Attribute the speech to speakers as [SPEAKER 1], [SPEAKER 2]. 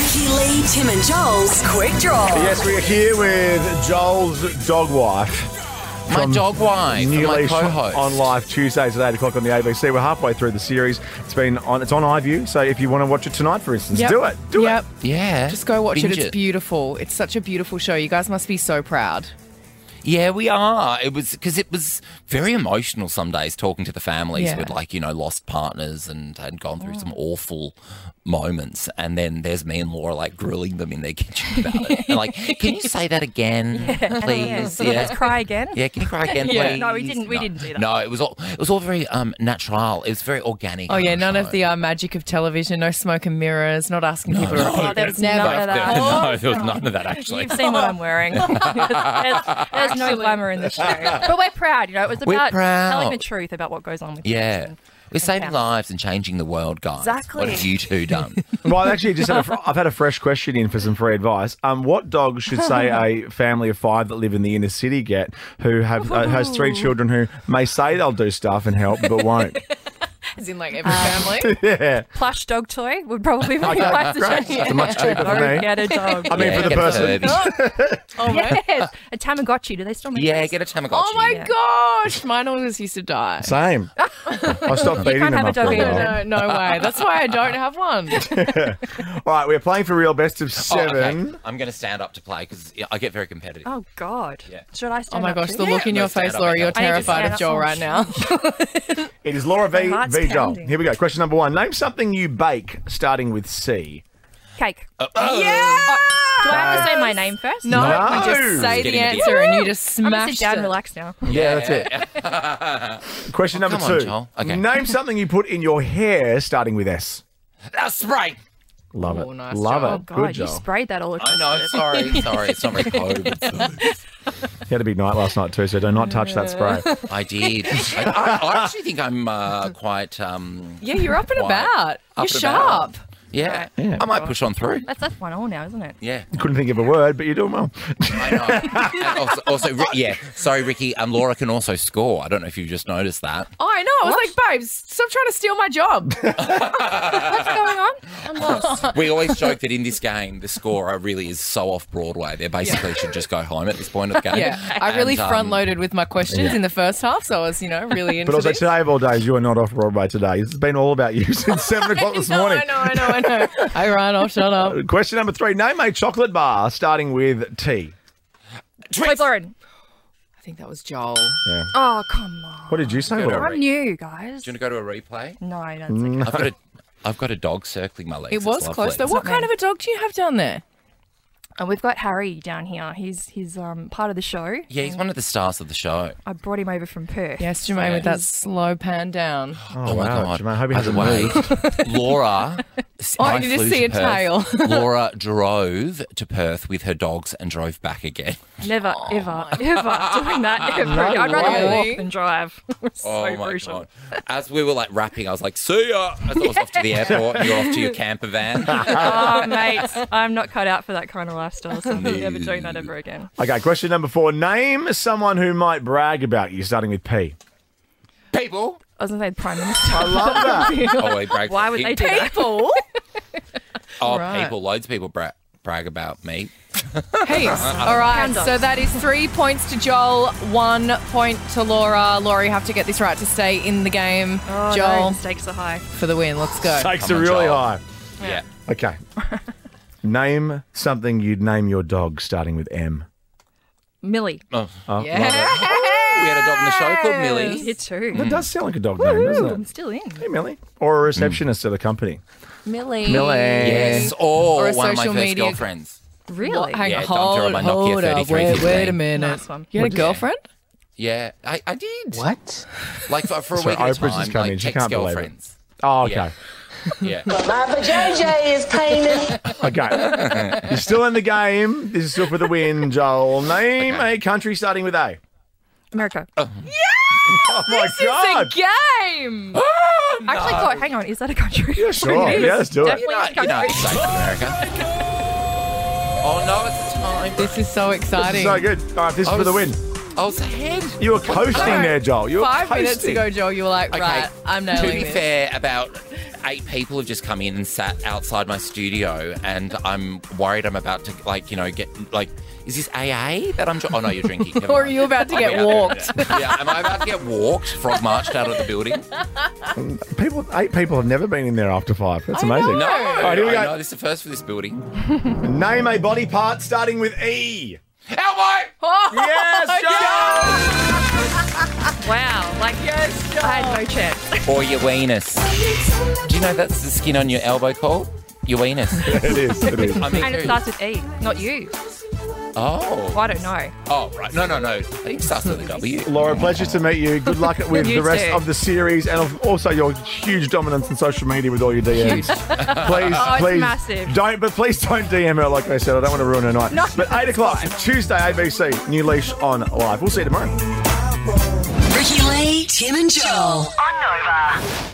[SPEAKER 1] Maddie, Tim, and Joel's Quick Draw.
[SPEAKER 2] Yes, we're here with Joel's dog wife.
[SPEAKER 3] My
[SPEAKER 2] From
[SPEAKER 3] dog wife, and my
[SPEAKER 2] Newly
[SPEAKER 3] co-host.
[SPEAKER 2] on live Tuesdays at eight o'clock on the ABC. We're halfway through the series. It's been on. It's on iView. So if you want to watch it tonight, for instance, do it. Do
[SPEAKER 4] yep.
[SPEAKER 3] Yeah.
[SPEAKER 4] Just go watch
[SPEAKER 3] Binge
[SPEAKER 4] it. It's beautiful. It's such a beautiful show. You guys must be so proud.
[SPEAKER 3] Yeah, we are. It was because it was very emotional some days talking to the families
[SPEAKER 4] Yeah.
[SPEAKER 3] who'd like, you know, lost partners and had gone through some awful moments. And then there's me and Laura like grilling them in their kitchen about it. And like, can you say that again, please? Yeah.
[SPEAKER 5] Let's cry again.
[SPEAKER 3] Yeah, can you cry again, please?
[SPEAKER 5] Yeah. No, we didn't- we
[SPEAKER 3] No.
[SPEAKER 5] didn't do that.
[SPEAKER 3] No, it was all it was all very um, natural. It was very organic.
[SPEAKER 4] Oh yeah,
[SPEAKER 3] on
[SPEAKER 4] none
[SPEAKER 3] show.
[SPEAKER 4] of the uh, magic of television. No smoke and mirrors. Not asking people to repeat
[SPEAKER 5] Oh, there was
[SPEAKER 4] it.
[SPEAKER 5] none of that.
[SPEAKER 3] No, there was none of that actually.
[SPEAKER 5] You've seen what I'm wearing. there's there's no glamour in the show. But we're proud, you know. It was
[SPEAKER 3] We're
[SPEAKER 5] about telling the
[SPEAKER 3] proud.
[SPEAKER 5] truth about what goes on with us
[SPEAKER 3] Yeah.
[SPEAKER 5] and-
[SPEAKER 3] We're saving
[SPEAKER 5] families.
[SPEAKER 3] lives and changing the world, guys. What
[SPEAKER 5] Exactly.
[SPEAKER 3] have you two done?
[SPEAKER 2] it. Well, I've actually just had a fr- I've had a fresh question in for some free advice. Um, what dog should say a family of five that live in the inner city get who have uh, has three children who may say they'll do stuff and help but won't?
[SPEAKER 4] As in like every family.
[SPEAKER 2] yeah.
[SPEAKER 5] Plush dog toy would probably be my suggestion.
[SPEAKER 2] It's much cheaper for me.
[SPEAKER 5] Go Get a dog.
[SPEAKER 2] I mean,
[SPEAKER 3] Yeah,
[SPEAKER 2] for the
[SPEAKER 3] get a
[SPEAKER 2] person.
[SPEAKER 3] Furby.
[SPEAKER 4] Oh my,
[SPEAKER 5] yes, a Tamagotchi. Do they still make?
[SPEAKER 3] Yeah,
[SPEAKER 5] those?
[SPEAKER 3] get a Tamagotchi.
[SPEAKER 4] oh my
[SPEAKER 5] Yeah.
[SPEAKER 4] gosh! Mine always used to die.
[SPEAKER 2] Same. I stopped feeding them
[SPEAKER 5] can't have a
[SPEAKER 2] after a
[SPEAKER 5] dog either,
[SPEAKER 2] while.
[SPEAKER 4] No, no way. That's why I don't have one.
[SPEAKER 2] All right, we're playing for real best of
[SPEAKER 3] Oh, okay.
[SPEAKER 2] seven.
[SPEAKER 3] I'm going to stand up to play because I get very competitive.
[SPEAKER 5] Oh God.
[SPEAKER 3] Yeah.
[SPEAKER 5] Should I?
[SPEAKER 4] Oh
[SPEAKER 5] Stand
[SPEAKER 4] my
[SPEAKER 5] up
[SPEAKER 4] gosh,
[SPEAKER 5] too?
[SPEAKER 4] the look in your
[SPEAKER 3] Let's stand
[SPEAKER 4] face,
[SPEAKER 3] up
[SPEAKER 4] Laura.
[SPEAKER 3] and
[SPEAKER 4] You're
[SPEAKER 3] go. I need
[SPEAKER 5] to
[SPEAKER 4] terrified
[SPEAKER 5] stand
[SPEAKER 4] of
[SPEAKER 5] up.
[SPEAKER 4] Joel
[SPEAKER 5] Oh,
[SPEAKER 4] right now.
[SPEAKER 2] It is Laura V.
[SPEAKER 5] heart's
[SPEAKER 2] V. Joel.
[SPEAKER 5] pounding.
[SPEAKER 2] Here we go. Question number one. Name something you bake starting with C.
[SPEAKER 5] Cake.
[SPEAKER 3] Uh, Oh, yeah!
[SPEAKER 5] Do I have to say my name first?
[SPEAKER 4] No,
[SPEAKER 2] No.
[SPEAKER 4] you just say the
[SPEAKER 3] Getting a bit-
[SPEAKER 4] answer and you just
[SPEAKER 5] I'm gonna
[SPEAKER 4] smash
[SPEAKER 5] sit down, and
[SPEAKER 4] it.
[SPEAKER 5] relax now.
[SPEAKER 2] Yeah, that's it. Question number
[SPEAKER 3] Oh, come on,
[SPEAKER 2] two.
[SPEAKER 3] Joel. Okay.
[SPEAKER 2] Name something you put in your hair starting with S.
[SPEAKER 3] That's spray.
[SPEAKER 2] Love it.
[SPEAKER 4] Oh, nice,
[SPEAKER 2] Love
[SPEAKER 4] Joel.
[SPEAKER 2] it.
[SPEAKER 4] Oh,
[SPEAKER 5] God,
[SPEAKER 2] Good
[SPEAKER 5] you
[SPEAKER 2] Joel.
[SPEAKER 5] sprayed that all across.
[SPEAKER 3] I know. Sorry, sorry. It's not very COVID.
[SPEAKER 2] He had a big night last night too, so do not touch that spray.
[SPEAKER 3] I did. I, I, I actually think I'm uh, quite. Um,
[SPEAKER 4] Yeah, you're up and
[SPEAKER 3] Why?
[SPEAKER 4] about. You're
[SPEAKER 3] and
[SPEAKER 4] sharp.
[SPEAKER 3] about. Yeah. I might push on through.
[SPEAKER 5] That's that's one all now, isn't it?
[SPEAKER 3] Yeah,
[SPEAKER 2] Couldn't think of a word, but you're doing well.
[SPEAKER 3] I know. And also, also, Ri- yeah. Sorry, Ricky. Um, Laura can also score. I don't know if you just noticed that.
[SPEAKER 4] Oh, I know. I was like, babes, stop trying to steal my job.
[SPEAKER 5] What's going on? I'm lost.
[SPEAKER 3] We always joke that in this game, the scorer really is so off Broadway. They basically should just go home at this point of the game.
[SPEAKER 4] yeah, I really
[SPEAKER 3] And, um,
[SPEAKER 4] front loaded with my questions in the first half, so I was, you know, really into
[SPEAKER 2] But also
[SPEAKER 4] this.
[SPEAKER 2] today of all days, you are not off Broadway today. It's been all about you since seven o'clock this
[SPEAKER 4] no,
[SPEAKER 2] morning.
[SPEAKER 4] I know, I know, I know. Hey, Ryan, I'll shut up.
[SPEAKER 2] Question number three. Name a chocolate bar starting with T.
[SPEAKER 5] Wait, Lauren.
[SPEAKER 4] I think that was Joel.
[SPEAKER 5] Oh come on.
[SPEAKER 2] What did you say,
[SPEAKER 3] Good,
[SPEAKER 2] Laura?
[SPEAKER 3] alright.
[SPEAKER 5] I'm new, guys.
[SPEAKER 3] Do you Mm. want to go to a replay?
[SPEAKER 5] No, that's okay.
[SPEAKER 3] I've got a, I've got a dog circling my legs.
[SPEAKER 4] It
[SPEAKER 3] It's
[SPEAKER 4] was
[SPEAKER 3] lovely.
[SPEAKER 4] close, though. What
[SPEAKER 5] not
[SPEAKER 4] kind
[SPEAKER 5] me.
[SPEAKER 4] of a dog do you have down there?
[SPEAKER 5] And uh, we've got Harry down here. He's he's um part of the show. Um,
[SPEAKER 3] Yeah, he's one of the stars of the show.
[SPEAKER 5] I brought him over from Perth.
[SPEAKER 4] Yes, Jermaine, with that slow pan down.
[SPEAKER 3] Oh, my
[SPEAKER 2] wow,
[SPEAKER 3] god!
[SPEAKER 2] Jemima, I hope he
[SPEAKER 3] By the way, Laura.
[SPEAKER 4] Oh, I
[SPEAKER 3] did
[SPEAKER 4] need to see a tail.
[SPEAKER 3] Laura drove to Perth with her dogs and drove back again.
[SPEAKER 5] Never,
[SPEAKER 3] Oh
[SPEAKER 5] ever, ever doing that. Ever. I'd rather
[SPEAKER 4] way.
[SPEAKER 5] walk than drive. It's so
[SPEAKER 3] oh my
[SPEAKER 5] brutal.
[SPEAKER 3] god! As we were like wrapping, I was like, "See ya!" As I was off to the airport, and you're off to your camper van.
[SPEAKER 5] Oh, mate, I'm not cut out for that kind of lifestyle. So I'm never doing that ever again.
[SPEAKER 2] Okay, question number four. Name someone who might brag about you starting with P.
[SPEAKER 3] People.
[SPEAKER 5] I was gonna say prime minister.
[SPEAKER 2] I love that.
[SPEAKER 3] Oh, he brags-
[SPEAKER 5] Why would
[SPEAKER 3] he-
[SPEAKER 5] they do that?
[SPEAKER 4] People?
[SPEAKER 3] Oh,
[SPEAKER 4] Right.
[SPEAKER 3] people. Loads of people bra- brag about me.
[SPEAKER 4] Heaps. All right, so that is three points to Joel, one point to Laura. Laura, you have to get this right to stay in the game.
[SPEAKER 5] Oh, no,
[SPEAKER 4] Joel,
[SPEAKER 5] the stakes are high.
[SPEAKER 4] for the win. Let's go.
[SPEAKER 2] Takes it
[SPEAKER 3] Come on,
[SPEAKER 2] really
[SPEAKER 3] Joel.
[SPEAKER 2] high.
[SPEAKER 3] Yeah.
[SPEAKER 2] Okay. name something you'd name your dog starting with M.
[SPEAKER 5] Millie,
[SPEAKER 3] Oh,
[SPEAKER 4] yeah.
[SPEAKER 3] we had a dog in the show called Millie.
[SPEAKER 5] you too.
[SPEAKER 3] Mm.
[SPEAKER 2] That does sound like a dog name, doesn't
[SPEAKER 5] I'm
[SPEAKER 2] it?
[SPEAKER 5] still in.
[SPEAKER 2] Hey, Millie. Or a receptionist at a company.
[SPEAKER 4] Millie.
[SPEAKER 2] Millie.
[SPEAKER 3] Yes,
[SPEAKER 4] Or
[SPEAKER 3] or
[SPEAKER 4] a
[SPEAKER 3] one of my
[SPEAKER 4] social
[SPEAKER 3] first
[SPEAKER 4] media-
[SPEAKER 3] girlfriends.
[SPEAKER 5] Really?
[SPEAKER 4] Hang
[SPEAKER 3] Yeah,
[SPEAKER 4] on,
[SPEAKER 3] dumped her on
[SPEAKER 4] hold,
[SPEAKER 3] my Nokia
[SPEAKER 4] hold up. Wait,
[SPEAKER 3] 3315.
[SPEAKER 4] wait a minute.
[SPEAKER 5] Nice one.
[SPEAKER 4] You had a girlfriend?
[SPEAKER 3] Yeah, I, I did.
[SPEAKER 6] What?
[SPEAKER 3] Like for, for a
[SPEAKER 2] Sorry,
[SPEAKER 3] week at a
[SPEAKER 2] Oprah's
[SPEAKER 3] time,
[SPEAKER 2] just come in.
[SPEAKER 3] like
[SPEAKER 2] She can't believe it.
[SPEAKER 3] ex-girlfriends.
[SPEAKER 2] Oh, okay.
[SPEAKER 3] Yeah. Yeah.
[SPEAKER 7] Papa JJ is painting.
[SPEAKER 2] Okay. You're still in the game. This is still for the win, Joel. Name a country starting with A.
[SPEAKER 5] America.
[SPEAKER 2] Oh, my God.
[SPEAKER 4] It's a game.
[SPEAKER 3] Ah!
[SPEAKER 5] Actually, God, hang on. Is that a country?
[SPEAKER 2] Yeah, sure.
[SPEAKER 5] It is.
[SPEAKER 2] Yeah, let's do it.
[SPEAKER 5] Definitely a country.
[SPEAKER 3] United States of America. Oh no, it's the time.
[SPEAKER 4] This is so
[SPEAKER 2] This
[SPEAKER 4] exciting.
[SPEAKER 2] is so good. All right, this is
[SPEAKER 3] I
[SPEAKER 2] for the win.
[SPEAKER 3] was- I was ahead.
[SPEAKER 2] You were coasting there, Joel. You were
[SPEAKER 4] Five
[SPEAKER 2] coasting.
[SPEAKER 4] minutes ago, Joel, you were like,
[SPEAKER 3] Okay.
[SPEAKER 4] right, I'm
[SPEAKER 3] to
[SPEAKER 4] nailing
[SPEAKER 3] be
[SPEAKER 4] this.
[SPEAKER 3] fair, about eight people have just come in and sat outside my studio, and I'm worried I'm about to like you know get like. Is this AA that I'm? dr- Oh no, you're drinking. Never
[SPEAKER 4] Or are
[SPEAKER 3] mind.
[SPEAKER 4] you about to get
[SPEAKER 3] Yeah.
[SPEAKER 4] walked?
[SPEAKER 3] Yeah, am I about to get walked? Frog marched out of the building.
[SPEAKER 2] People, eight people have never been in there after five. That's amazing.
[SPEAKER 3] No,
[SPEAKER 2] All right, here we
[SPEAKER 3] I
[SPEAKER 2] go.
[SPEAKER 3] know, this is the first for this building.
[SPEAKER 2] Name a body part starting with E.
[SPEAKER 3] Elmo!
[SPEAKER 2] Oh. Yes, Joel.
[SPEAKER 5] Wow. Like, I had no chance.
[SPEAKER 3] Or your weenus. Do you know that's the skin on your elbow called? Your weenus.
[SPEAKER 2] it is. It is.
[SPEAKER 3] I mean,
[SPEAKER 5] And it
[SPEAKER 3] who-
[SPEAKER 5] starts with E, not you.
[SPEAKER 3] oh.
[SPEAKER 5] Well, I don't know.
[SPEAKER 3] Oh, right. No, no, no. I think it starts with a W.
[SPEAKER 2] Laura, pleasure to meet you. Good luck with
[SPEAKER 5] You
[SPEAKER 2] the rest
[SPEAKER 5] too.
[SPEAKER 2] of the series and of- also your huge dominance in social media with all your DMs. Please,
[SPEAKER 5] Oh, it's
[SPEAKER 2] please,
[SPEAKER 5] massive.
[SPEAKER 2] don't. But please don't DM her. Like I said, I don't want to ruin her night.
[SPEAKER 5] No,
[SPEAKER 2] but eight o'clock Tuesday, ABC. New leash on life. We'll see you tomorrow.
[SPEAKER 1] Ricky Lee, Tim and Joel.
[SPEAKER 6] on Nova.